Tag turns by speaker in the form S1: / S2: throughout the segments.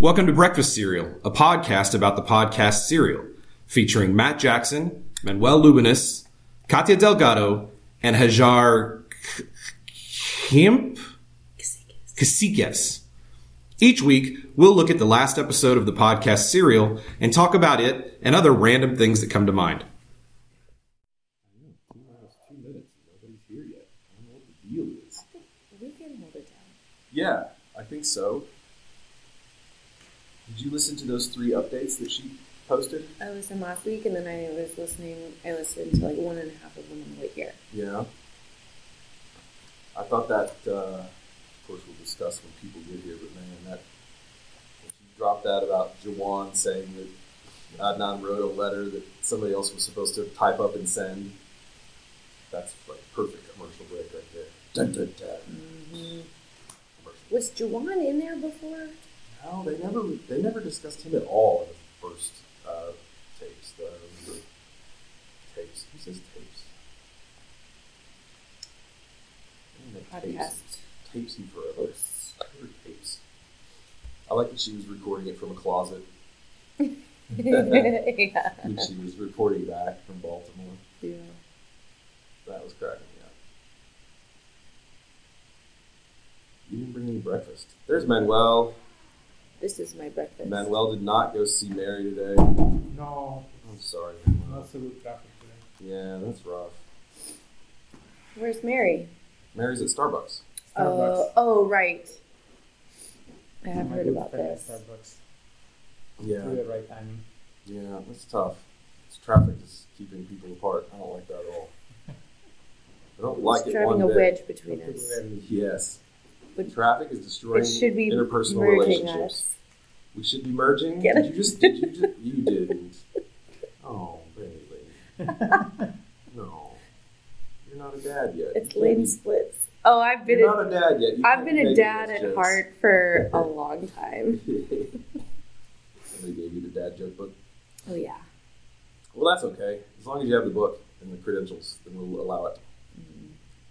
S1: Welcome to Breakfast Cereal, a podcast about the podcast Cereal, featuring Matt Jackson, Manuel Lubinis, Katia Delgado, and Hajar K- Kemp? Caciques. Each week, we'll look at the last episode of the podcast Serial and talk about it and other random things that come to mind.
S2: We can hold it down.
S3: Yeah, I think so. Did you listen to those three updates that she posted?
S2: I listened last week, and then I was listening. I listened to like one and a half of them on the way here.
S3: Yeah. I thought that, uh, of course, we'll discuss when people get here, but man, that when she dropped that about Jawan saying that Adnan wrote a letter that somebody else was supposed to type up and send. That's like perfect commercial break right there. Dun, dun, dun.
S4: Mm-hmm.
S3: Commercial.
S2: Was Juwan in there before?
S3: No, they never they never discussed him at all in the first uh, tapes. The the tapes. Who says tapes? I don't know, tapes.
S2: Podcast.
S3: Tapes and forever. I heard tapes. I like that she was recording it from a closet
S2: yeah.
S3: and she was reporting back from Baltimore.
S2: yeah.
S3: That was cracking me up. You didn't bring any breakfast. There's Manuel.
S2: This is my breakfast.
S3: Manuel did not go see Mary today.
S4: No,
S3: I'm sorry,
S4: not
S3: Manuel.
S4: so good traffic today.
S3: Yeah, that's rough.
S2: Where's Mary?
S3: Mary's at Starbucks.
S2: Oh,
S4: Starbucks.
S2: oh, right. I have
S4: My
S2: heard
S4: good
S2: about
S4: friend at
S2: this.
S4: Starbucks.
S3: Yeah.
S4: Do the right timing.
S3: Yeah, it's tough. It's traffic is keeping people apart. I don't like that at all. I don't like
S2: it's
S3: it one
S2: driving a
S3: bit.
S2: wedge between
S4: Don't put
S2: us.
S4: it in.
S3: Yes.
S2: But
S3: traffic is
S2: It
S3: destroying
S2: should be
S3: interpersonal
S2: merging
S3: relationships.
S2: us.
S3: We should be merging.
S2: Get
S3: did
S2: it?
S3: you just did you just you didn't. Oh, baby. no. You're not a dad yet.
S2: It's
S3: You can't
S2: lane
S3: be-
S2: splits. Oh, I've been
S3: You're not
S2: a,
S3: a dad yet. You
S2: I've
S3: can't
S2: been
S3: be
S2: a
S3: making
S2: dad
S3: those
S2: at
S3: jokes.
S2: heart for a long time.
S3: Somebody gave you the dad joke book.
S2: Oh yeah.
S3: Well, that's okay. As long as you have the book and the credentials, then we'll allow it.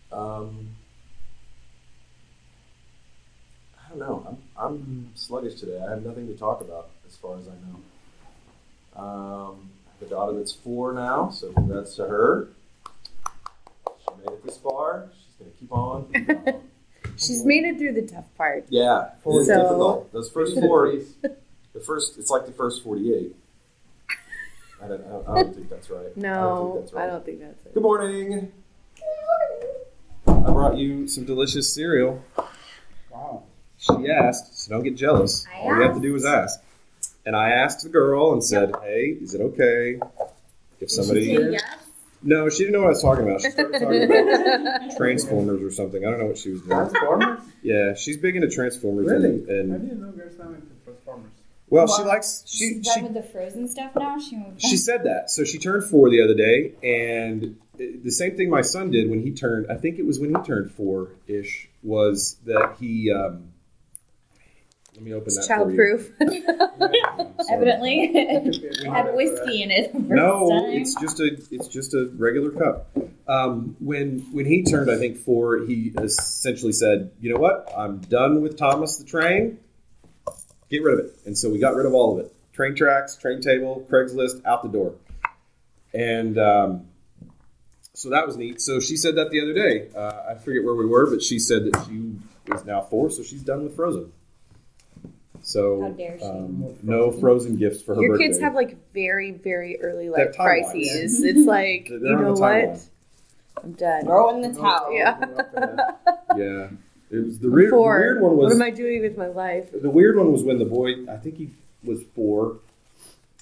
S3: Um, I don't know. I'm, I'm sluggish today. I have nothing to talk about as far as I know. Um, I have a daughter that's four now, so congrats to her. She made it this far. She's going to keep on. keep on.
S2: She's made it through the tough part.
S3: yeah,
S4: So-
S3: it's difficult. Those first four,
S4: Please.
S3: the first, it's like the first 48. I don't, I don't, I don't think that's right. I don't think
S2: No,
S3: that's
S2: I
S3: right.
S2: don't think that's it.
S3: Good morning. I brought you some delicious cereal.
S4: Wow.
S1: She asked, so don't get jealous.
S2: I
S1: All you have to do is ask. And I asked the girl and said, hey, is it okay if somebody. No, she didn't know what I was talking about. She started talking about Transformers or something. I don't know what she was doing.
S4: Transformers?
S1: Yeah, she's big into Transformers. And,
S4: I
S1: and
S4: didn't know girls now into Transformers.
S1: well, she likes. She,
S5: She's done
S1: she
S5: with the frozen stuff now. She moved.
S1: She said that. So she turned four the other day, and the same thing my son did when he turned. I think it was when he turned four ish. Was that he? Um, let me open
S2: It's
S1: that. for you.
S2: childproof.
S4: Yeah.
S2: Oh.
S1: Sorry.
S5: Evidently,
S4: We
S5: had whiskey in it. The first
S1: No,
S5: time.
S1: it's just a it's just a regular cup. Um, when when he turned, I think four, he essentially said, "You know what? I'm done with Thomas the Train. Get rid of it." And so we got rid of all of it: train tracks, train table, Craigslist, out the door. And um, so that was neat. So she said that the other day. Uh, I forget where we were, but she said that she is now four, so she's done with Frozen. So
S5: How dare she.
S1: um, no Frozen gifts for her
S2: Your
S1: birthday.
S2: kids have like very, very early
S1: They're
S2: life
S1: timelines.
S2: crises. It's like
S1: They're
S2: you
S1: on
S2: know
S1: the
S2: what?
S1: timeline.
S2: I'm done.
S5: throw in the
S4: No,
S5: towel.
S2: Yeah.
S4: we have to-
S1: Yeah, it was the, weird, the
S2: Four.
S1: weird one
S2: What
S1: was
S2: am I doing with my life?
S1: the weird one was when the boy I think he was four.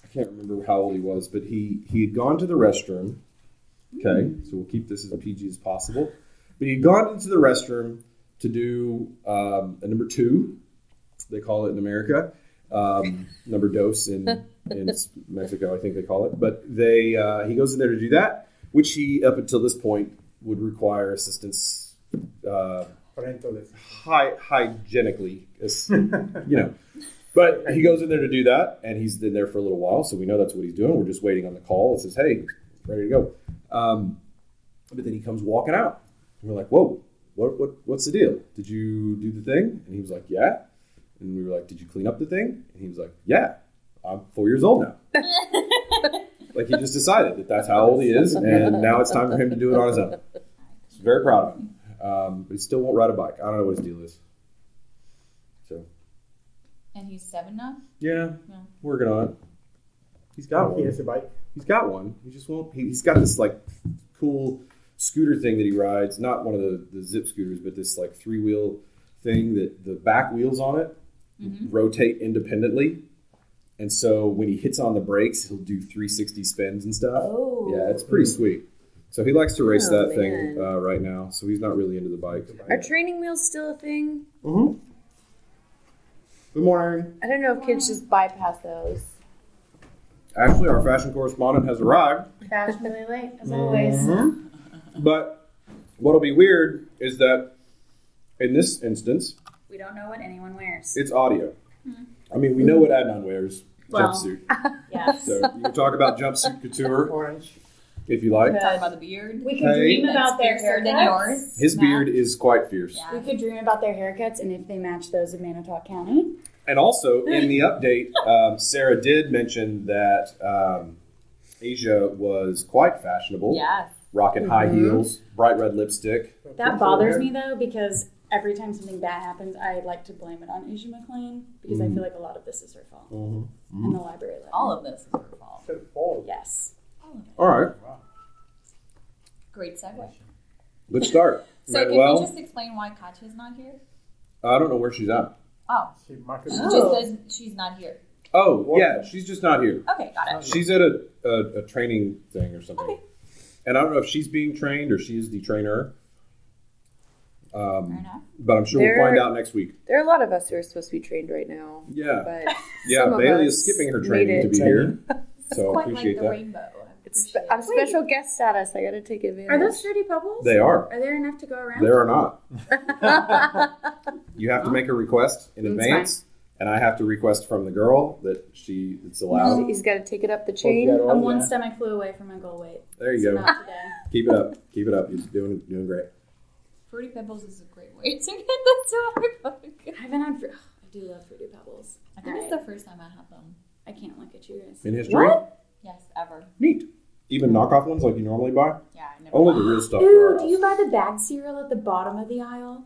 S1: I can't remember how old he was, but he he had gone to the restroom. Okay, so we'll keep this as PG as possible. But he'd gone into the restroom to do um, a number two. They call it in America. Um, number dos in in Mexico, I think they call it. But they uh, he goes in there to do that, which he up until this point would require assistance. Uh,
S4: Parental list.
S1: hy- hygienically, as- you know. But he goes in there to do that, and he's been there for a little while, so we know that's what he's doing. We're just waiting on the call. It says, "Hey, ready to go." Um, but then he comes walking out, and we're like, "Whoa, what, what, what's the deal? Did you do the thing?" And he was like, "Yeah."
S3: And we were like, Did you clean up the thing? And he was like, Yeah, I'm four years old now. like he just decided that that's how old he is, and now it's time for him to do it on his own. So very proud of him. Um, but he still won't ride a bike. I don't know what his deal is. So,
S5: And he's seven now?
S3: yeah,
S5: Yeah.
S3: working on it. He's got one.
S4: He has a bike.
S3: He's got one. He just won't. He, he's got this like cool scooter thing that he rides. Not one of the, the zip scooters, but this like three wheel thing that the back wheels on it
S5: Mhm.
S3: rotate independently. And so when he hits on the brakes, he'll do 360 spins and stuff.
S5: Oh.
S3: Yeah, it's pretty sweet. So he likes to race
S6: Oh,
S3: that thing
S6: man.
S3: uh, right now. So he's not really into the bike.
S6: Are training wheels still a thing?
S3: Mm-hmm. Good morning.
S6: I don't know if kids just bypass those.
S3: Actually, our fashion correspondent has arrived.
S5: Fashionably late, as always.
S3: Mhm.
S5: Mm-hmm.
S3: But what'll be weird is that in this instance,
S5: We don't know what anyone wears.
S3: it's audio.
S5: Mm-hmm.
S3: I mean, we know what Adnan wears
S5: Well.
S3: jumpsuit.
S5: yes.
S3: So you can talk about jumpsuit couture
S4: Orange.
S3: if you like.
S5: Talk about the beard.
S2: We could
S3: Hey.
S2: dream about their
S5: That's fiercer than
S2: haircuts.
S5: yours.
S3: His
S5: Matt.
S3: beard is quite fierce.
S5: Yeah.
S2: We could dream about their haircuts and if they match those of Manitowoc County.
S3: And also in the update, um, Sarah did mention that um, Asia was quite fashionable,
S5: Yes.
S3: rocking high
S6: Mhm.
S5: Mm-hmm.
S3: heels, bright red lipstick.
S2: That bothers me though because every time something bad happens, I like to blame it on Asia McLean because
S1: Mm-hmm.
S2: I feel like a lot of this is her fault and the library. letter.
S5: All of this is her fault.
S4: It's a ball.
S2: yes.
S3: All right,
S5: Great segue.
S3: let's start.
S5: So
S3: Manuel,
S5: can we just explain why Katya's not here?
S3: I don't know where she's at.
S5: Oh,
S4: She marketed
S5: she
S2: Oh.
S5: just says she's not here.
S3: Oh, yeah, she's just not here.
S5: Okay, got it.
S3: She's at a, a, a training thing or something.
S5: Okay.
S3: And I don't know if she's being trained or she is the trainer.
S5: Fair
S3: Um,
S5: enough.
S3: but I'm sure
S6: There-
S3: we'll find out next week.
S6: There are a lot of us who are supposed to be trained right now,
S3: Yeah.
S6: but
S3: Yeah.
S6: some of
S3: Bailey
S6: us
S3: is skipping her
S6: made
S3: training
S6: it.
S3: to be here. So I
S5: Quite like
S3: appreciate
S5: the
S3: that.
S5: rainbow. I
S6: it's
S5: appreciate
S6: I'm
S5: it.
S6: special guest status. I got to take advantage.
S2: Are those dirty bubbles?
S3: They are.
S2: Are there enough to go around?
S3: They are not. You have to make a request in
S2: That's
S3: advance. And I have to request from the girl that she it's allowed.
S1: Um,
S6: He's got to take it up the
S4: Yeah,
S6: chain.
S3: Oh,
S4: all
S2: I'm one
S4: that.
S2: stomach flew away from my goal weight.
S3: There you
S2: So
S3: go.
S2: Not today.
S3: Keep it up. Keep it up. You're doing doing great.
S5: Fruity Pebbles is a great way to get that to our book.
S2: I haven't had. Fr- I do love fruity pebbles.
S5: I think it's the first time I had them.
S2: I can't look at you guys.
S3: In history,
S5: Yes, ever.
S3: neat. Even knockoff ones like you normally buy.
S5: Yeah, I never.
S1: Oh,
S3: Only the real stuff. for
S2: Ooh,
S3: our
S2: do
S3: house.
S2: you buy the bag cereal at the bottom of the aisle?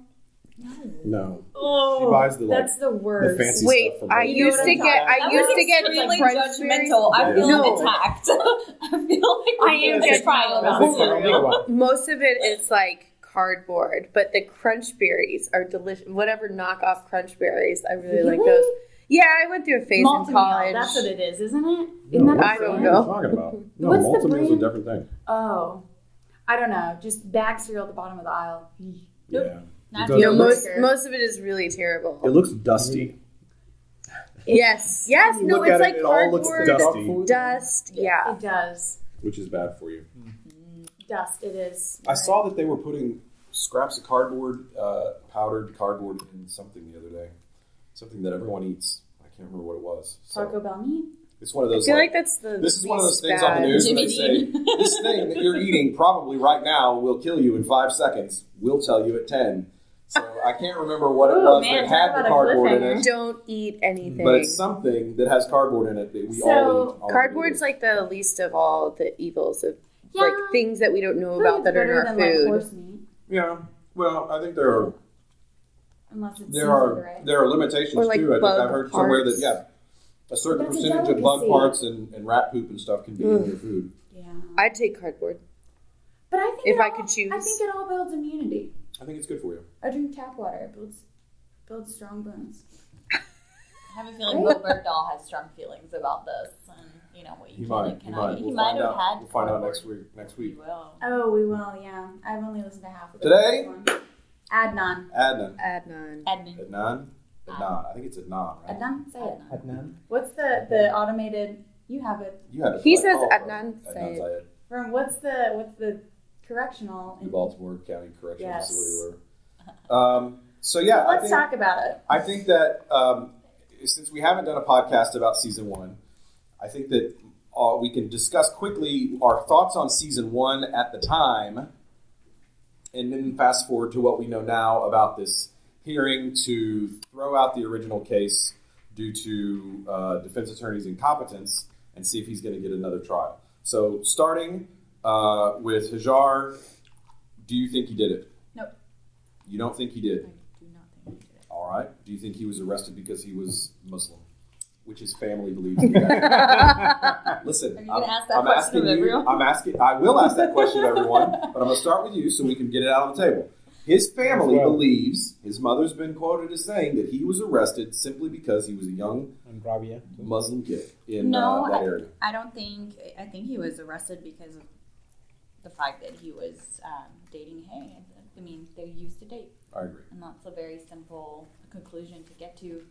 S5: No.
S3: No.
S2: Oh,
S3: buys the, like,
S2: that's the worst.
S3: the fancy-
S6: Wait,
S3: stuff from
S6: I
S3: Bailey.
S2: You know
S6: used
S2: what
S6: to
S2: I'm
S6: get.
S2: talking
S6: I
S2: about.
S5: That
S6: used
S5: was
S6: to get
S5: extremely
S6: Crunchberry.
S5: judgmental. I feel
S6: No.
S5: attacked. I feel like
S6: I am
S5: it's
S6: judgmental.
S5: trial
S4: That's
S5: about
S4: the kind of big
S5: cereal.
S4: one.
S6: Most of it is like cardboard, but the crunch berries are delicious. Whatever knockoff crunch berries, I really, like those. Yeah, I went through a phase
S2: Malt
S6: in
S2: and meal,
S6: college.
S2: That's what it is, isn't it?
S3: No,
S2: Isn't that
S3: what
S6: I
S3: the hell
S6: don't know.
S3: Are you talking about no,
S2: What's
S3: multi
S2: the
S3: meal's a
S2: brand?
S3: different thing.
S2: Oh, I don't know. Just bag cereal at the bottom of the aisle. Nope.
S3: Yeah,
S5: Not
S3: It
S6: you know,
S3: doesn't-
S6: most
S2: Liquor.
S6: most of it is really
S3: it
S6: terrible.
S3: looks dusty.
S6: Yes, yes,
S3: You
S6: no,
S3: look
S6: it's
S3: at it,
S6: like
S3: it all looks
S6: cardboard
S3: dusty.
S6: dust. Yeah,
S2: It does.
S3: which is bad for you.
S2: Dust. It is.
S1: I saw that they were putting scraps of cardboard, uh, powdered cardboard, in something the other day. Something that everyone eats. I can't remember what it was. So
S2: Taco Bell meat.
S1: it's one of
S6: I
S1: those.
S6: feel
S1: like-
S6: like that's the
S1: this is one of those
S6: least
S1: things on
S6: bad.
S1: the news where they say
S5: Jimmy Dean.
S1: this thing that you're eating probably right now will kill you in five seconds. We'll tell you at ten. So I can't remember what it
S2: Ooh,
S1: was
S2: man,
S1: that had
S2: talk
S1: the
S2: about a
S1: cardboard in
S2: cliffhanger.
S1: it,
S6: Don't eat anything.
S1: but it's something that has cardboard in it that we
S2: So,
S1: all eat. all
S6: Cardboard's
S1: the
S6: like the least of all the evils of
S2: Yeah.
S6: like things that we don't
S2: I
S6: know
S2: feel like
S6: about
S2: it's
S6: that are in
S2: better
S6: our
S2: than, like,
S6: food.
S2: horse meat,
S1: yeah. Well, I think there are
S2: unless it's
S1: there are
S2: right?
S1: there are limitations
S6: Or, like,
S1: too. I think
S6: bug
S1: I've heard somewhere that
S6: parts.
S1: yeah, a certain
S2: That's a
S1: percentage of bug
S2: delicacy.
S1: parts and, and rat poop and stuff can be
S6: Mm.
S1: in your food.
S2: Yeah.
S6: I'd take cardboard
S2: But I think
S6: if
S2: it
S6: I
S2: all-
S6: could
S2: I think
S6: choose.
S2: it all builds immunity.
S1: I think it's good for you.
S2: I drink tap water. It builds builds strong bones.
S5: I have a feeling Will Bergdahl has strong feelings about this, and you know what you
S1: He
S5: can
S1: might.
S5: and
S1: He
S5: cannot.
S1: might.
S5: eat.
S1: We'll
S5: He might
S1: find
S5: have
S1: out.
S5: had.
S1: We'll find out
S5: cardboard.
S1: next week. Next
S5: He
S1: week.
S5: will.
S2: Oh, we will. Yeah, I've only listened to half of it.
S1: Today?
S2: Adnan.
S1: Adnan.
S6: Adnan.
S5: Edmund.
S1: Adnan. Adnan. I think it's Adnan, right?
S2: Adnan, say it.
S4: Adnan.
S2: What's the the automated? You have it.
S1: You had it
S6: He
S1: right.
S6: says
S1: Oh, right.
S6: Adnan
S1: Adnan
S6: Syed.
S1: Syed.
S2: From what's the what's the correctional?
S1: the Baltimore County Correctional
S2: Yes.
S1: Facility. Where, um, so yeah, I
S2: Let's
S1: think,
S2: talk about it.
S1: I think that um, since we haven't done a podcast about season one, I think that uh, we can discuss quickly our thoughts on season one at the time, and then fast forward to what we know now about this
S3: hearing to throw out the original case due to uh, defense attorney's incompetence and see if he's going to get another trial. So, starting uh, with Hajar, do you think he did it?
S5: Nope.
S3: You don't think he did?
S5: I do not think he did it.
S3: All right. Do you think he was arrested because he was Muslim, which his family believes? to be accurate? Listen,
S5: Are you
S3: I'm,
S5: gonna ask that
S3: I'm
S5: question
S3: asking
S5: of
S3: you.
S5: everyone?
S3: I'm asking. I will ask that question of everyone, but I'm gonna start with you so we can get it out on the table. His family
S4: Well.
S3: believes his mother's been quoted as saying that he was arrested simply because he was a young
S4: And Rabia.
S3: Muslim kid in
S5: No,
S3: uh, that
S5: I-
S3: area.
S5: I don't think. I think he was arrested because of the fact that he was um, dating Hay. I mean, they used to date,
S3: I agree.
S5: and that's a very simple conclusion to get to.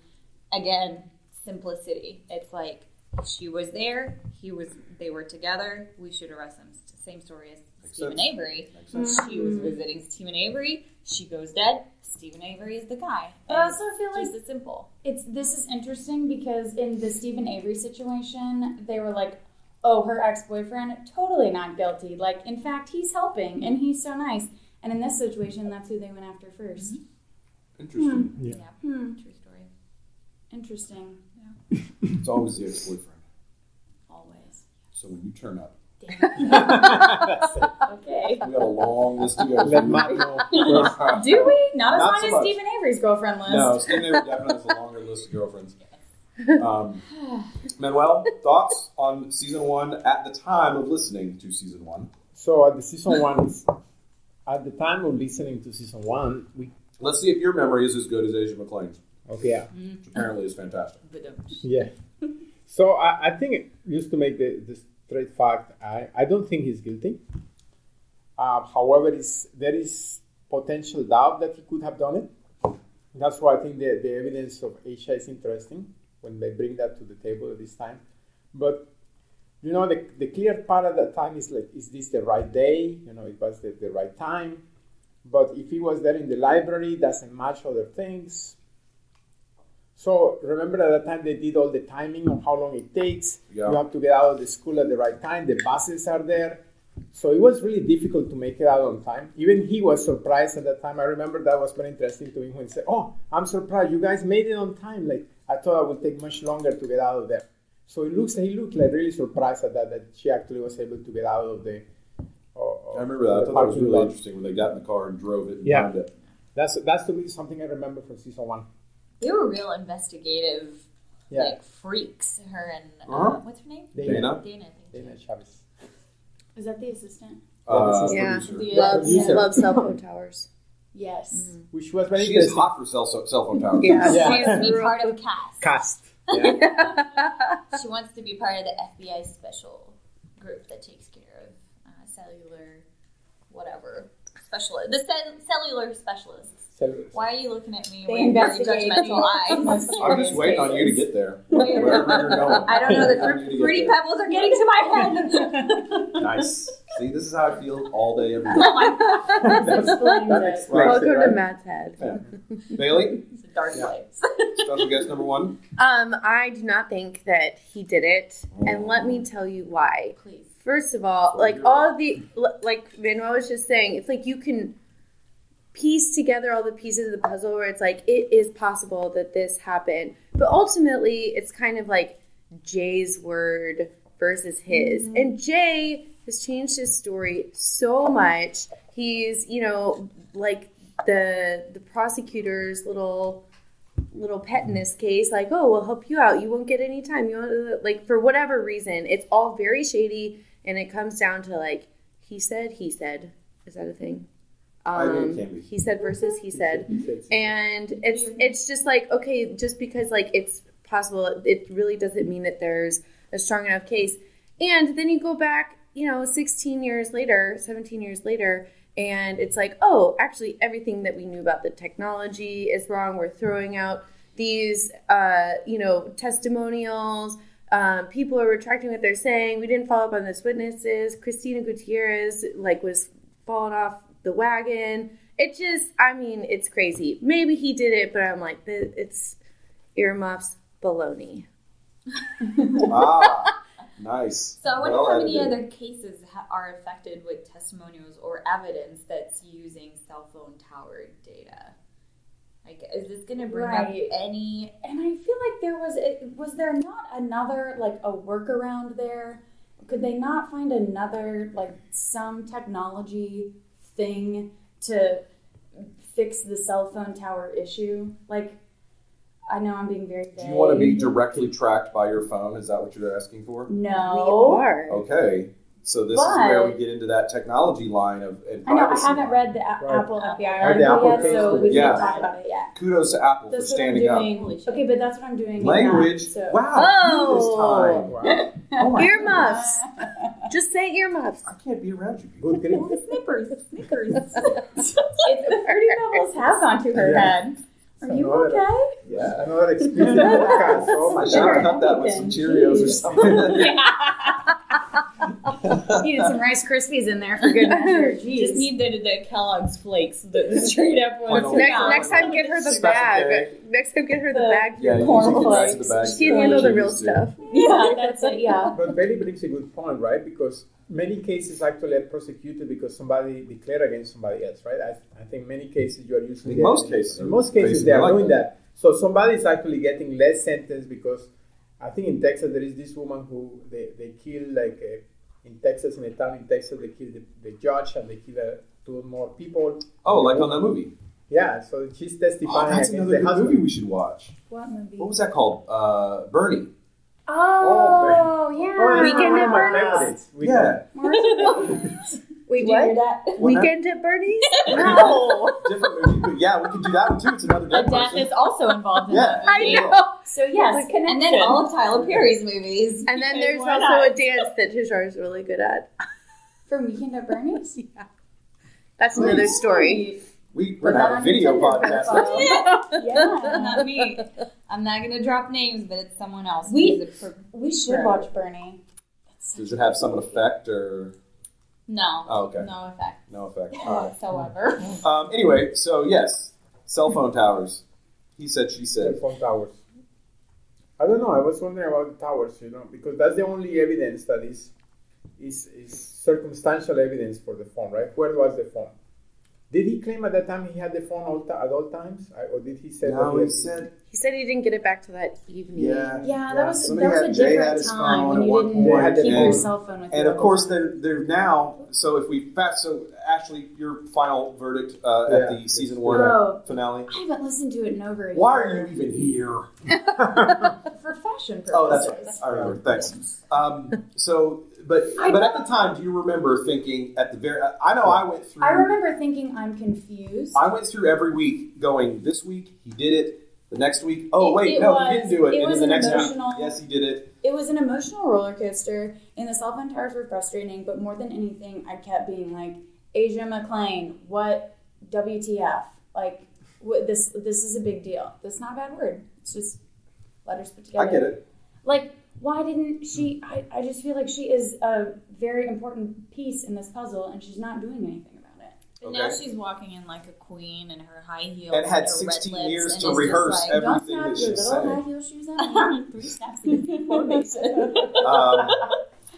S5: Again, simplicity. It's like she was there. He was. They were together. We should arrest him. Same story as
S3: Makes
S5: Stephen
S3: sense.
S5: Avery.
S3: Makes sense.
S5: She
S2: Mm-hmm.
S5: was visiting Stephen Avery. She goes dead. Stephen Avery is the guy.
S2: But I also feel
S5: It's
S2: like
S5: just as simple.
S2: it's this is interesting because in the Stephen Avery situation, they were like, "Oh, her ex-boyfriend, totally not guilty. Like, in fact, he's helping and he's so nice." And in this situation, that's who they went after 1st
S3: Interesting.
S4: Yeah.
S2: Hmm.
S5: True story.
S2: Interesting.
S3: It's always the ex-boyfriend.
S2: Always.
S3: So when you turn up,
S5: Oh,
S2: Okay.
S3: we got a long list to go.
S4: Let
S3: through.
S4: Matt know.
S2: Do we? Not
S3: Not
S2: as long
S3: so
S2: as
S3: much.
S2: Stephen Avery's girlfriend list.
S3: No, Stephen Avery definitely has a longer list of girlfriends. Um, Manuel, thoughts on season one at the time of listening to season one?
S4: So at the season one, at the time of listening to season one, we
S3: Let's see if your memory is as good as Asia McLean's,
S4: okay, yeah,
S3: which apparently is fantastic.
S4: yeah. So I, I think just to make the, the straight fact, I, I don't think he's guilty. Um, however, is there is potential doubt that he could have done it. That's why I think the, the evidence of Asia is interesting when they bring that to the table this time. But you know, the, the clear part at that time is like, is this the right day? You know, it was the, the right time. But if he was there in the library, doesn't match other things. So remember at that time they did all the timing on how long it takes.
S3: Yeah.
S4: You have to get out of the school at the right time. The buses are there. So it was really difficult to make it out on time. Even he was surprised at that time. I remember that was very interesting to him when he said, Oh, I'm surprised you guys made it on time. Like, I thought I would take much longer to get out of there. So it looks he looked like really surprised at that, that she actually was able to get out of the. uh, Or,
S3: I remember that. I thought that was really interesting when they got in the car and drove it and
S4: Yeah.
S3: found it.
S4: That's that's to me something I remember from season one.
S5: They were real investigative,
S4: Yeah.
S5: like freaks. Her and uh,
S3: Uh-huh.
S5: what's her name?
S3: Dana?
S5: Dana, I think.
S4: Dana Chavez.
S2: Is that the assistant?
S3: Uh,
S6: Yeah.
S3: producer.
S5: The, uh,
S6: Loves,
S4: Producer.
S6: loves cell phone towers.
S2: Yes.
S4: Which was very
S3: She is
S4: interesting.
S3: hot for cell, cell phone towers.
S4: Yeah.
S6: Yeah.
S5: She wants to be part of cast.
S4: Cast.
S5: She wants to be part of the FBI special group that takes care of uh, cellular, whatever specialist. The cell- cellular specialists.
S4: So-
S5: Why are you looking at me
S2: They
S5: with very
S2: investigate.
S5: judgmental eyes?
S3: I'm just waiting on you to get there. Wherever you're going.
S5: I don't know. The
S3: I'm waiting you
S5: fr-
S3: to
S5: fruity
S3: get there.
S5: pebbles are getting to my head.
S3: Nice. See, this is how I feel all day, every day.
S5: oh my god,
S4: That's- that explains it,
S6: Welcome to
S4: right?
S6: Matt's head.
S3: Bailey,
S5: it's a dark place.
S3: special guest number one.
S6: Um, I do not think that he did it, and let me tell you why.
S5: Please.
S6: First of all,
S3: So
S6: like
S3: you're-
S6: all the l- like Manuel was just saying, it's like you can piece together all the pieces of the puzzle where it's like it is possible that this happened, but ultimately it's kind of like Jay's word versus his, and Jay has changed his story so much. He's you know like the the prosecutor's little little pet in this case like oh we'll help you out you won't get any time you won't, like for whatever reason it's all very shady and it comes down to like he said he said is that a thing
S3: I think it
S6: um
S3: can be.
S6: he said versus he said
S4: He said-
S6: and it's it's just like okay just because like it's possible it really doesn't mean that there's a strong enough case and then you go back you know 16 years later 17 years later and it's like oh actually everything that we knew about the technology is wrong we're throwing out these uh, you know testimonials um, people are retracting what they're saying we didn't follow up on this witnesses christina gutierrez like was falling off the wagon it just i mean it's crazy maybe he did it but i'm like th- it's earmuffs baloney
S3: Ah, nice.
S5: So I wonder
S3: Well
S5: how many
S3: edited.
S5: other cases ha- are affected with testimonials or evidence that's using cell phone tower data. Like, is this going to bring
S2: Right.
S5: up any?
S2: And I feel like there was it, was there not another like a workaround there? Could they not find another like some technology thing to fix the cell phone tower issue? Like, I know I'm being very. Vague.
S3: Do you want to be directly tracked by your phone? Is that what you're asking for?
S2: No.
S6: We are.
S3: Oh Okay. So this is where
S2: But-
S3: we get into that technology line of and
S2: I know I
S3: privacy
S2: haven't
S3: line.
S2: read the A-
S4: Right.
S2: Apple FBI
S5: Or
S4: the
S2: article
S4: Apple
S2: yet, so
S4: case
S2: we
S3: Yeah.
S2: can't talk about it yet.
S3: Kudos to Apple for
S2: That's what I'm
S3: standing up.
S2: doing. Okay, but that's what I'm doing. with that,
S3: Language.
S2: so-
S3: Wow. you this time.
S4: Wow.
S3: Oh my
S6: Earmuffs. Just say earmuffs.
S3: I can't be around you. people.
S4: Good grief.
S5: Snickers, Snickers.
S2: It's the Fruity Pebbles has gone to her
S4: Yeah.
S2: head. Are you
S4: Another-
S2: okay?
S3: Yeah.
S4: Another exclusive podcast. Oh my
S3: I should have
S4: god.
S3: cut that with some Cheerios or something.
S2: Needed some Rice Krispies in there for good measure. Jeez.
S5: Just need the, the Kellogg's flakes, the, the straight up ones.
S3: Final
S6: Next,
S3: Yeah.
S6: next time, get her the
S3: Special
S6: bag.
S3: day.
S6: Next time, get her the
S2: The-
S6: bag.
S3: yeah, you
S2: Corn
S3: can back to the
S2: flakes.
S3: bag.
S6: She can handle the real stuff.
S2: Yeah, that's it. Yeah.
S4: But Bailey brings a good point, right? Because many cases actually are prosecuted because somebody declared against somebody else, right? I, I think many cases you are using.
S3: In
S4: the-
S3: most cases.
S4: in most cases
S3: Basically
S4: they are
S3: like
S4: doing
S3: that.
S4: that. So somebody is actually getting less sentence because I think in Texas there is this woman who they, they killed like a, in Texas in a town in Texas they killed the, the judge and they killed uh, two more people.
S3: Oh, like on that movie.
S4: Yeah, so she's testifying
S3: Oh, that's
S4: against
S3: another
S4: the
S3: good
S4: husband.
S3: movie we should watch.
S2: What movie?
S3: What was that called? Uh, Bernie.
S2: Oh, yeah.
S4: Oh, that's
S6: Weekend
S4: one
S6: at
S4: of my
S6: Bernie's.
S4: favorites. We
S3: Yeah.
S6: Wait,
S2: Did you hear
S6: what?
S2: that?
S3: Well, that-
S6: Weekend at Bernie's? No.
S3: Different movie, but yeah, we can do that one too. It's another
S5: A
S3: dead
S5: death
S3: person.
S5: is also involved in
S3: Yeah.
S5: that movie.
S2: So yes,
S6: The
S5: And then all of Tyler Perry's movies.
S6: And then
S5: because
S6: there's
S5: why
S6: also
S5: not?
S6: a dance that Tishar's really good at.
S2: from Weekend at Bernie's.
S6: That's another story.
S3: We, we're
S2: Put that
S3: having a
S2: on
S3: video
S2: your Tinder
S3: podcast.
S2: profile. Yeah,
S5: not me. I'm not gonna drop names, but it's someone else.
S2: We-
S5: He's a per-
S2: we should watch Bernie.
S3: Does it have some effect or
S5: no,
S3: Oh, okay.
S5: no effect
S3: no effect? All right.
S5: whatsoever.
S3: Um, anyway, so yes, cell phone towers. He said, she
S4: cell
S3: said.
S4: phone towers. I don't know. I was wondering about the towers, you know, because that's the only evidence that is is, is circumstantial evidence for the phone, right? Where was the phone? Did he claim at that time he had the phone all ta- at all times, I, or did he say? that
S3: No,
S4: he
S3: he
S4: had-
S3: said,
S6: He said he didn't get it back to that evening.
S3: yeah.
S2: Yeah,
S4: Yeah,
S2: that was
S3: somebody
S2: that
S3: had-
S2: was a
S3: Jay had
S2: different
S3: his
S2: time
S3: phone
S2: when
S3: at
S2: you
S3: one
S2: didn't
S4: point,
S2: keep
S3: and-
S2: your cell phone with you.
S3: And of
S2: all the
S3: course,
S2: time.
S3: they're, they're now. So if we fast, so Ashley, your final verdict uh, at
S4: Yeah.
S3: the season one
S2: Oh.
S3: finale.
S2: I haven't listened to it in over. a
S3: Why are
S2: year.
S3: you even here?
S2: for fashion purposes?
S3: Oh, that's right. I remember. Thanks. Um, so, but
S2: I-
S3: but at the time, do you remember thinking at the very? I know I went through.
S2: I remember thinking I'm confused.
S3: I went through every week, going this week he did it. The next week, oh
S2: It-
S3: wait,
S2: it
S3: no,
S2: was-
S3: he didn't do it.
S2: it
S3: and
S2: was
S3: then the
S2: an
S3: next
S2: emotional-
S3: week, yes, he did it.
S2: It was an emotional roller coaster, and the cell phone towers were frustrating. But more than anything, I kept being like, "Asia McLean, what? WTF? Like, wh- this? This is a big deal. That's not a bad word. It's just letters put
S3: I
S2: together.
S3: get it.
S2: Like, why didn't she? I, I just feel like she is a very important piece in this puzzle, and she's not doing anything about it.
S5: But now
S3: Okay.
S5: she's walking in like a queen in her high heels
S3: And had
S5: her red
S3: 16
S5: lips,
S3: years
S5: and
S3: to
S5: it's just
S3: rehearse
S5: Like,
S3: every-
S2: Don't
S3: Everything that
S2: snap your
S3: she's
S2: little
S3: saying.
S2: high heel shoes on me.
S5: Three snaps in formation.
S3: Um,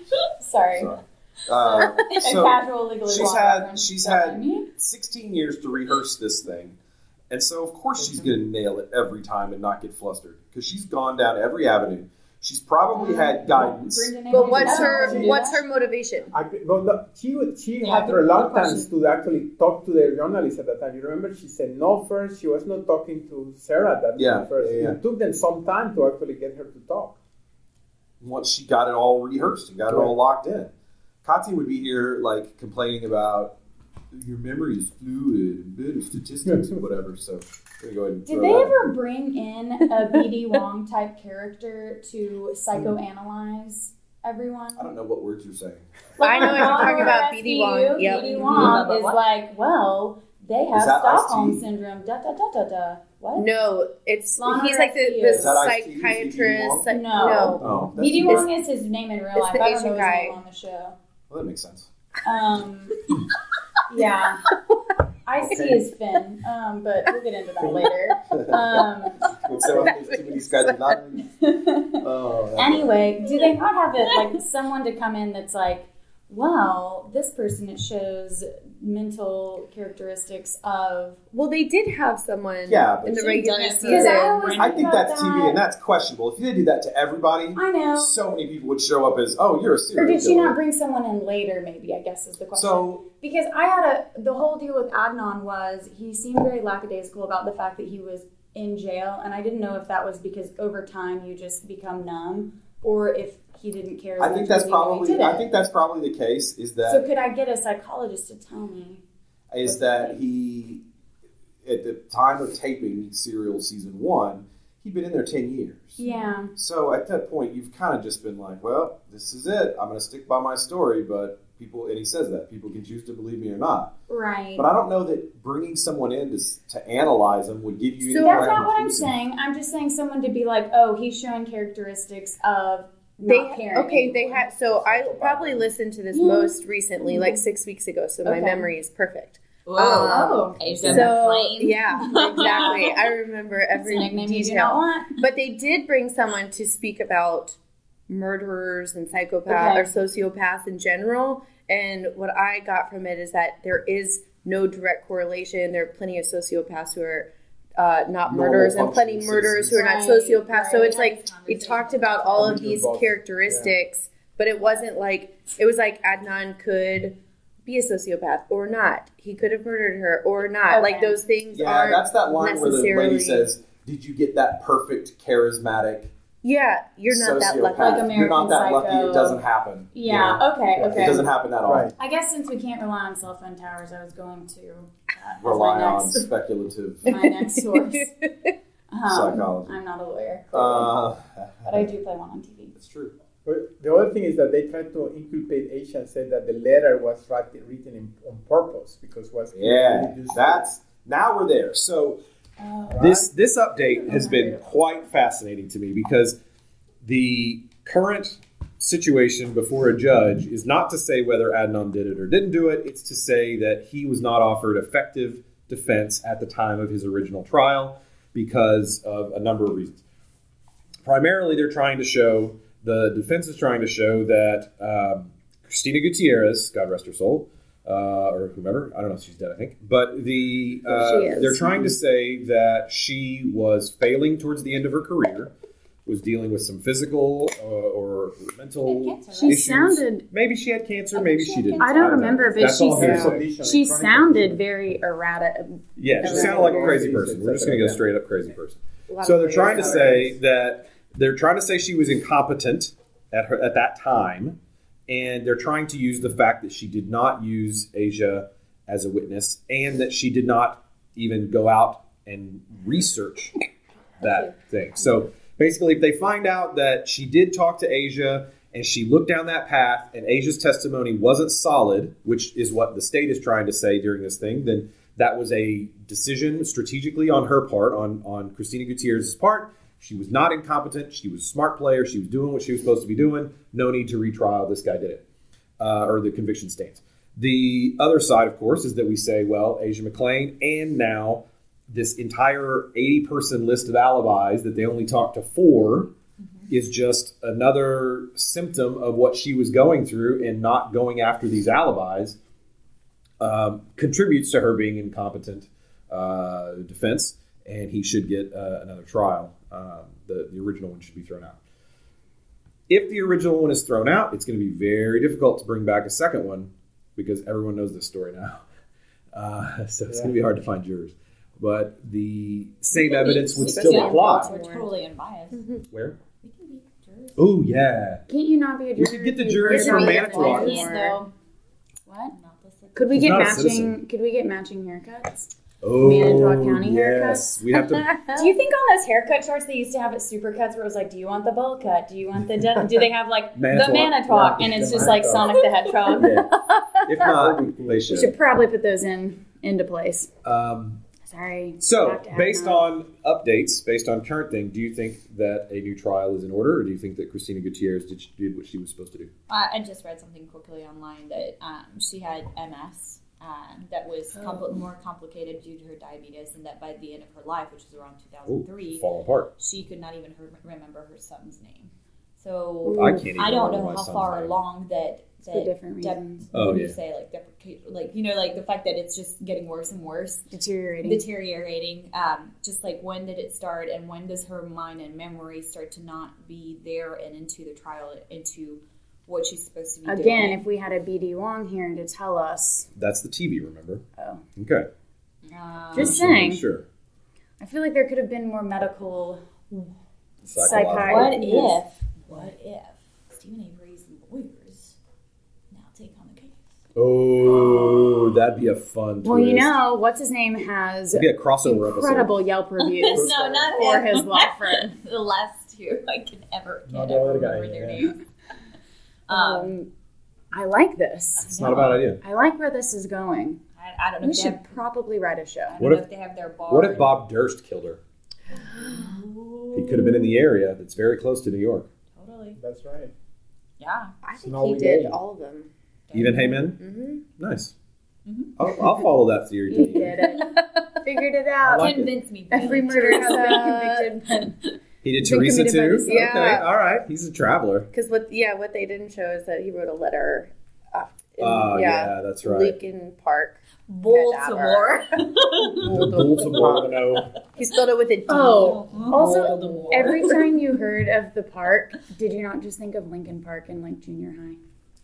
S2: Sorry.
S3: sorry. Uh,
S2: A
S3: so
S2: casual legal
S3: she's
S2: blonde
S3: had-
S2: reference.
S3: she's
S2: Don't
S3: had-
S2: mind me.
S3: 16 years to rehearse this thing, and so of course she's going to nail it every time and not get flustered because she's gone down every avenue. She's probably had guidance.
S2: Brendan
S6: But
S2: Abrams
S6: what's
S2: doesn't
S6: her
S2: do
S6: what's
S2: that.
S6: her motivation?
S4: I, well, the, she would- she
S5: Yeah, I
S4: had
S5: think that's the
S4: reluctance to actually talk to the journalist at that time. You remember she said no first. She was not talking to Sarah at that
S3: Yeah,
S4: time first.
S3: yeah, yeah.
S4: It took them some time to actually get her to talk.
S3: once she got it all rehearsed and got it all locked in. Katya would be here like complaining about your memory is fluid and bit of statistics and whatever. So we're gonna go ahead and
S2: Did
S3: throw
S2: they
S3: that.
S2: ever bring in a BD Wong type character to psychoanalyze everyone?
S3: I don't know what words you're saying.
S6: I know what you're
S2: While
S6: talking
S2: we're
S6: about,
S2: at SDU,
S6: BD Wong. Yep.
S2: BD
S6: Mhm.
S2: Wong is
S5: What?
S2: like, well, they have
S3: Is that
S2: Stockholm
S3: Ice-T?
S2: syndrome. Da da da da da. What?
S6: No, it's
S2: Lana
S6: he's like the,
S2: Is
S6: the
S3: that Ice-T?
S6: psychiatrist.
S2: No.
S6: no.
S3: Oh, that's
S2: BD
S3: well,
S2: Wong is his name in real
S6: it's
S2: life.
S6: the
S2: I don't
S6: Asian
S2: know his
S6: guy.
S2: name on the show.
S3: that makes sense.
S2: Um, yeah. I see his fin, um, but we'll get into that later. Um,
S3: With so many- too many scratches, not- Oh, that-
S2: anyway, do they not have it like someone to come in that's like, well, this person it shows mental characteristics of
S6: Well, they did have someone
S1: Yeah, but
S6: in the
S5: Should've done
S6: regular
S5: it for
S6: season.
S2: I always-
S1: I think
S2: About
S1: that's
S2: that.
S1: TV and that's questionable. If they did that to everybody,
S2: I know.
S1: so many people would show up as, "Oh, you're a
S2: Or
S1: serial
S2: did she
S1: killer."
S2: not bring someone in later? Maybe I guess is the question.
S1: So
S2: because I had a the whole deal with Adnan was he seemed very lackadaisical about the fact that he was in jail, and I didn't know if that was because over time you just become numb, or if he didn't care. as
S1: I
S2: much
S1: think
S2: as
S1: that's
S2: he knew he
S1: probably
S2: did
S1: I
S2: it.
S1: think that's probably the case is
S2: So
S1: that
S2: could I get a psychologist to tell me?
S1: is that he at the time of taping serial season one, he'd been in there ten years.
S2: Yeah.
S1: So at that point you've kind of just been like, Well, this is it. I'm gonna stick by my story, but people and he says that people can choose to believe me or not.
S2: Right.
S1: But I don't know that bringing someone in to, s- to analyze them would give you
S6: So
S1: any
S2: That's
S1: kind of
S2: not what I'm
S1: conclusion.
S2: saying. I'm just saying someone to be like, oh, he's showing characteristics of not
S6: They
S2: caring.
S6: okay. They
S2: anymore.
S6: had so I probably listened to this
S2: Yeah. Mm-hmm.
S6: most recently, like six weeks ago. So my
S2: Okay.
S6: memory is perfect.
S5: Whoa.
S2: Oh,
S5: Okay, so,
S6: So
S5: plane.
S6: yeah, exactly. I remember
S2: that's a
S6: every
S2: nickname you do not
S6: detail.
S2: want.
S6: But they did bring someone to speak about murderers and psychopaths
S2: Okay.
S6: or sociopaths in general. And what I got from it is that there is no direct correlation. There are plenty of sociopaths who are uh, not
S1: Normal
S6: murderers and plenty
S1: functioning
S6: of murderers who are not
S2: Right,
S6: sociopaths. So
S2: right.
S6: it's like it talked about all of these characteristics, but it wasn't like it was like Adnan could be a sociopath or not. He could have murdered her or not. Like
S2: Okay.
S6: those things
S1: Yeah,
S6: are
S1: that's that line where the lady
S6: necessarily-
S1: says, Did you get that perfect charismatic
S6: yeah, you're not that
S1: sociopath.
S6: lucky.
S2: Like
S1: You're
S2: American
S1: not that lucky.
S2: Psycho.
S1: It doesn't happen.
S2: Yeah. Okay.
S4: Yeah.
S1: It
S2: Okay.
S1: doesn't happen that
S4: Right.
S1: often.
S2: I guess since we can't rely on cell phone towers, I was going to that as
S1: Rely
S2: my
S1: on
S2: next,
S1: speculative
S2: my next source. Um,
S1: Psychology.
S2: I'm not a lawyer,
S1: Uh,
S2: but I do play one on TV.
S1: it's true.
S4: But the other thing is that they tried to inculpate Asia and said that the letter was writ- written in, on purpose because it was
S1: Yeah,
S4: it was-
S1: that's now we're there. So
S2: Oh.
S3: This this update has been quite fascinating to me because the current situation before a judge is not to say whether Adnan did it or didn't do it. It's to say that he was not offered effective defense at the time of his original trial because of a number of reasons. Primarily, they're trying to show the defense is trying to show that um, Christina Gutierrez, God rest her soul, uh, or whomever. I don't know if she's dead, I think. But the uh,
S6: She is.
S3: they're trying to say that she was failing towards the end of her career, was dealing with some physical uh, or mental
S7: She
S2: She had cancer, right?
S3: issues.
S7: sounded.
S3: Maybe she had cancer.
S2: I
S3: Maybe
S2: think she
S3: she,
S2: had
S3: didn't.
S2: cancer.
S7: I don't
S3: know.
S7: remember, but
S3: That's
S7: she
S3: all I'm gonna
S7: sounded.
S3: say.
S4: Condition,
S7: She
S4: chronic
S7: sounded
S4: condition.
S7: very erratic.
S3: Yeah, she
S7: Okay.
S3: sounded like a crazy person. We're just going to go straight up crazy person.
S6: A lot
S3: So
S6: of
S3: they're trying to
S6: players
S3: say that they're trying to say she was incompetent at her at that time, and they're trying to use the fact that she did not use Asia as a witness, and that she did not even go out and research that thing. So basically, if they find out that she did talk to Asia and she looked down that path, and Asia's testimony wasn't solid, which is what the state is trying to say during this thing, then that was a decision strategically on her part, on on Christina Gutierrez's part. She was not incompetent. She was a smart player. She was doing what she was supposed to be doing. No need to retrial. This guy did it, uh, or the conviction stands. The other side, of course, is that we say, well, Asia McLean, and now this entire 80 person list of alibis that they only talked to 4 is just another symptom of what she was going through and not going after these alibis um, contributes to her being incompetent uh, defense and he should get uh, another trial um, the, the original one should be thrown out if the original one is thrown out it's going to be very difficult to bring back a second one because everyone knows this story now uh, so it's going to be hard to find jurors but the same evidence would still
S5: Yeah,
S3: apply
S5: We're totally unbiased.
S3: where
S5: We can be jurors.
S3: oh yeah
S7: Can't you not be a
S3: We
S7: juror?
S3: could get the
S7: if you-
S3: jurors
S7: you're
S3: from
S7: not
S3: Manitowoc.
S7: a
S2: Yes,
S7: citizen?
S2: though. What?
S5: Not the citizen.
S7: Could we
S3: He's
S7: get
S3: not a
S7: matching?
S3: citizen.
S7: Could we get matching haircuts?
S3: Oh,
S7: Manitowoc County
S3: yes. We have to.
S2: Do you think on those haircut charts they used to have at Supercuts where it was like, do you want the bowl cut? Do you want the de- do they have like the
S3: Manitowoc.
S2: Manitowoc?
S4: Yeah,
S2: and it's
S4: the
S2: just like
S4: Manitowoc.
S2: Sonic the Hedgehog.
S3: Oh. Yeah. If not, they
S7: We
S3: should.
S7: should probably put those in into place.
S3: Um,
S7: Sorry.
S3: so,
S7: Back to
S3: based
S7: Adnan.
S3: on updates, based on current thing, do you think that a new trial is in order, or do you think that Christina Gutierrez did, did what she was supposed to do?
S5: Uh, I just read something quickly online that um, she had MS uh, that was compli more complicated due to her diabetes, and that by the end of her life, which was around
S3: Oh,
S5: 2003,
S3: fall apart.
S5: she could not even her- remember her son's name. So
S3: I can't. Even
S5: I don't
S3: remember
S5: know
S3: my
S5: how
S3: son's
S5: far
S3: name.
S5: along that
S2: for
S5: that
S2: different
S5: Dep-
S2: reasons.
S3: Oh,
S5: you
S3: yeah.
S5: say like deprecate, like you know, like the fact that it's just getting worse and worse,
S2: Deteriorating.
S5: deteriorating. Um, just like when did it start, and when does her mind and memory start to not be there and into the trial, into what she's supposed to be
S2: Again, if we had a BD Wong here to tell us,
S3: That's the TV, remember?
S2: Oh.
S3: Okay.
S5: doing. Um,
S2: Just
S3: Just wanna make
S2: saying.
S3: Sure.
S2: I feel like there could have been more medical.
S3: Psychological.
S2: Psychiatry.
S5: what
S2: Yes.
S5: if? What if Stephen Avery's lawyers now take on the case?
S3: Oh, that'd be a fun.
S2: Well, you
S3: twist.
S2: know, what's his name has
S3: It'd be a crossover episode.
S2: incredible Yelp reviews
S5: no, not
S2: for
S5: him.
S2: his law firm.
S5: the last two I can ever
S4: No,
S5: can't
S4: the
S5: ever
S4: other guy,
S5: remember their
S4: yeah.
S5: names. Um,
S2: Um, I like this.
S3: It's not a bad idea.
S2: I like where this is going.
S5: I, I don't know.
S2: We
S5: if they
S2: should
S5: have,
S2: probably write a
S5: I
S2: show.
S5: don't
S3: What
S5: know
S3: if-
S5: if they have their bar.
S3: What if Bob Durst killed her? He could have been in the area that's very close to New York.
S5: Totally.
S4: That's right.
S5: Yeah.
S6: I think
S4: Snowy
S6: he did
S4: day.
S6: all of them.
S3: Even Heyman?
S6: Mm-hmm.
S3: Nice.
S5: Mhm.
S3: I'll, I'll follow that theory.
S2: You
S3: Dave.
S2: did it. Figured it
S3: I
S2: out.
S3: like it.
S5: Convince me.
S2: Every
S5: Billy.
S2: murder has
S6: Teresa.
S2: been convicted.
S3: He did
S2: Been
S3: Teresa
S2: committed by
S3: too.
S2: this-
S3: Okay,
S6: yeah.
S3: all right. He's a traveler.
S6: Because what? Yeah, what they didn't show is that he wrote a letter. Uh, in,
S3: Oh
S6: yeah,
S3: yeah. that's right.
S6: Lincoln Park.
S5: Baltimore.
S3: Baltimore.
S4: no.
S6: He spelled it with a D.
S2: Oh, also,
S5: Baltimore.
S2: every time you heard of the park, did you not just think of Lincoln Park in like junior high?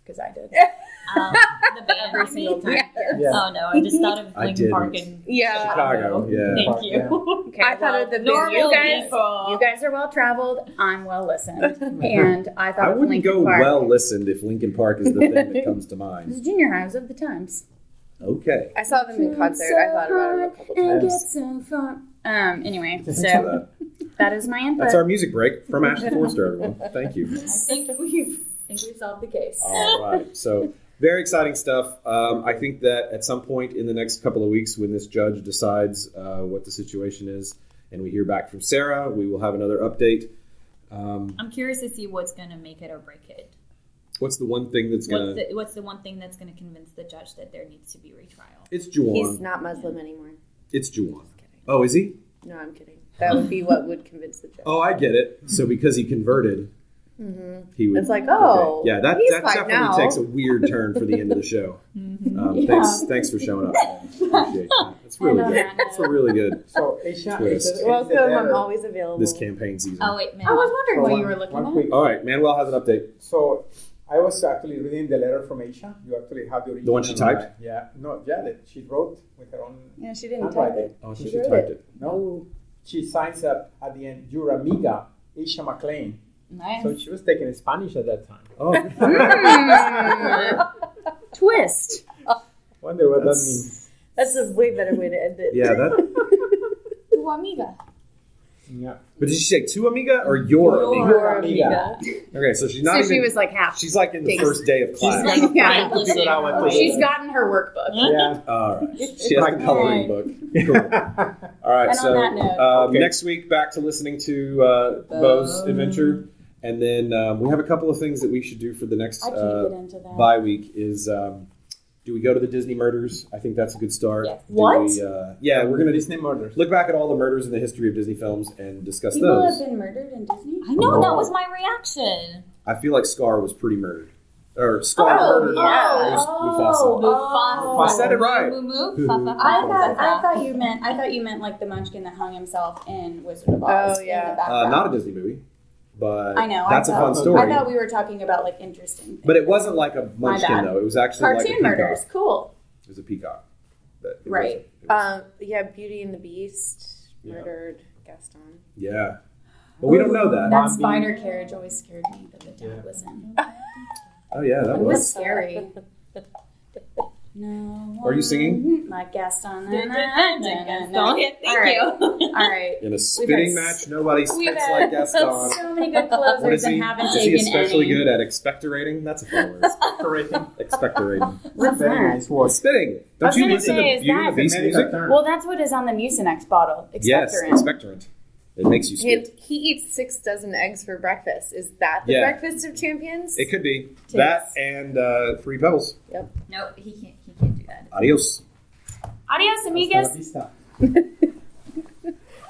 S2: Because I did.
S5: um, the band.
S2: Every single time.
S4: Yeah.
S5: Oh no! I just thought of
S3: I
S5: Lincoln Park
S3: didn't.
S5: and
S6: Yeah.
S3: Chicago. Yeah.
S5: Thank you.
S2: Okay,
S6: I thought of the
S5: normal
S2: you guys-
S5: people.
S2: You guys are well traveled. I'm well listened, and I thought
S3: I
S2: of
S3: wouldn't
S2: Lincoln
S3: go
S2: Park.
S3: well listened if Lincoln Park is the thing that comes to
S2: It was
S3: mind.
S2: junior high. I was of the times.
S3: Okay.
S6: I saw them in concert. I thought about it a couple
S2: And
S6: times.
S2: get so far. Um. Anyway,
S3: Thanks for
S2: so
S3: that.
S2: that is my input.
S3: That's our music break from Ash Forster, everyone. Thank you.
S5: I think we've think we solved the case.
S3: All right. So very exciting stuff. Um, I think that at some point in the next couple of weeks, when this judge decides uh, what the situation is, and we hear back from Sarah, we will have another update. Um,
S5: I'm curious to see what's going to make it or break it.
S3: what's the one thing that's gonna?
S5: What's the, what's the one thing that's going to convince the judge that there needs to be retrial?
S3: It's
S6: He's
S3: Juwan.
S6: not Muslim anymore.
S3: It's Juwan.
S6: Just kidding.
S3: Oh, is he?
S6: No, I'm kidding. That would be what would convince the judge.
S3: Oh, I get it. So because he converted,
S6: Mhm.
S3: he would.
S6: It's like, oh,
S3: Yeah, that,
S6: he's
S3: that
S6: fine
S3: definitely
S6: now.
S3: takes a weird turn for the end of the show. Um, Thanks, thanks for showing up. Appreciate that. That's really
S2: I know
S3: good.
S2: that.
S3: That's a really good
S4: So Asia
S3: Twist.
S4: is
S6: Welcome. I'm always available.
S3: this campaign season.
S5: Oh wait, man.
S2: I was wondering what
S4: one,
S2: you were looking
S4: one
S2: at.
S4: quick-
S3: All right, Manuel has an update.
S4: So I was actually reading the letter from Asia. You actually have the original.
S3: The one she typed?
S4: right? Yeah. No, yeah, that she wrote with her own
S2: Yeah, she didn't type it.
S4: handwriting.
S3: Oh,
S6: She
S3: she, she
S6: wrote
S3: typed it.
S4: No, she signs up at the end, your amiga, Asia McLean.
S5: Nice.
S4: So she was taking Spanish at that time.
S3: Oh, good for her.
S2: Mm. Twist.
S4: Wonder what
S3: That's-
S4: that means.
S6: That's a way better way to end it.
S3: yeah. That,
S8: Tu amiga.
S4: Yeah.
S3: but did she say to amiga or your, amiga?
S4: Your
S6: Um,
S4: amiga.
S3: Okay, so she's not.
S2: So
S3: even,
S2: she was like half.
S3: She's like in the
S2: Thanks.
S3: first day of class.
S5: She's like
S2: Yeah.
S5: yeah.
S4: Figure out what to do.
S2: She's gotten her workbook.
S4: Yeah.
S3: All right. She has the
S4: Like-
S3: coloring book. Cool. All right.
S2: And on
S3: so
S2: that note-
S3: um,
S4: Okay.
S3: next week, back to listening to uh, Bo's adventure, and then um, we have a couple of things that we should do for the next
S2: I can't
S3: uh,
S2: get into that.
S3: bye week. Is um, do we go to the Disney murders? I think that's a good start.
S5: Yes.
S3: Do
S2: What?
S3: we, uh, yeah, we're gonna
S4: Disney murders.
S3: look back at all the murders in the history of Disney films and discuss
S2: People
S3: those.
S2: have been murdered in Disney.
S5: I know that
S3: Oh.
S5: was my reaction.
S3: I feel like Scar was pretty murdered, or Scar
S2: Oh,
S3: murdered
S2: yeah. Oh.
S3: Mufasa. Mufasa.
S5: Mufasa.
S3: I said it right.
S5: Moo, moo, moo.
S3: Moo,
S5: Fa,
S3: moo,
S5: fa,
S3: moo.
S5: fa,
S2: I
S5: fa,
S2: thought
S5: fa.
S2: I thought you meant I thought you meant like the Munchkin that hung himself in Wizard of Oz.
S6: Oh, yeah.
S2: In the
S3: Uh,
S2: background.
S3: not a Disney movie, but
S2: I know, I
S3: that's a fun
S4: thought-
S3: story.
S2: I thought we were talking about like interesting. Things.
S3: But it wasn't like a
S2: My
S3: munchkin
S2: bad.
S3: though. It was actually like a
S2: cartoon
S3: peacock.
S2: murders, cool.
S3: It was a peacock. But it
S2: Right.
S3: wasn't- it was-
S6: Um, yeah, Beauty and the Beast
S3: Yeah.
S6: murdered Gaston.
S3: yeah. But we don't know that.
S2: That
S4: Mommy.
S2: spider carriage always scared me that the dad was in.
S3: Oh yeah, that
S2: It
S3: was.
S2: was scary. No.
S3: Are you singing?
S2: one Like Gaston.
S5: Dun, dun, dun, dun, dun. Yeah,
S2: All right.
S5: Thank you.
S2: All right.
S3: In a spitting
S2: had s-
S3: match, nobody
S2: we've
S3: spits
S2: had
S3: like Gaston.
S2: So many good
S3: What
S2: closers
S3: is he?
S2: and haven't
S3: Is
S2: taken
S3: he especially
S2: any.
S3: good at expectorating? That's a fun word.
S4: Correcting.
S3: expectorating.
S2: What's
S4: Very
S2: that?
S4: nice work.
S3: Spitting. Don't
S2: was
S3: you
S2: gonna
S3: listen
S2: say,
S3: to
S2: is
S3: Beauty and
S2: that-
S3: the Beast music?
S2: Well, that's what is on the Mucinex bottle. Expectorant.
S3: Yes, expectorant. It makes you
S6: He,
S3: spit.
S6: he eats six dozen eggs for breakfast. Is that the
S3: Yeah.
S6: breakfast of champions?
S3: It could be that and uh, three pebbles.
S5: No, he can't. He can't do that.
S3: Adios.
S2: Adios,
S4: Hasta la
S2: amigos.
S4: vista.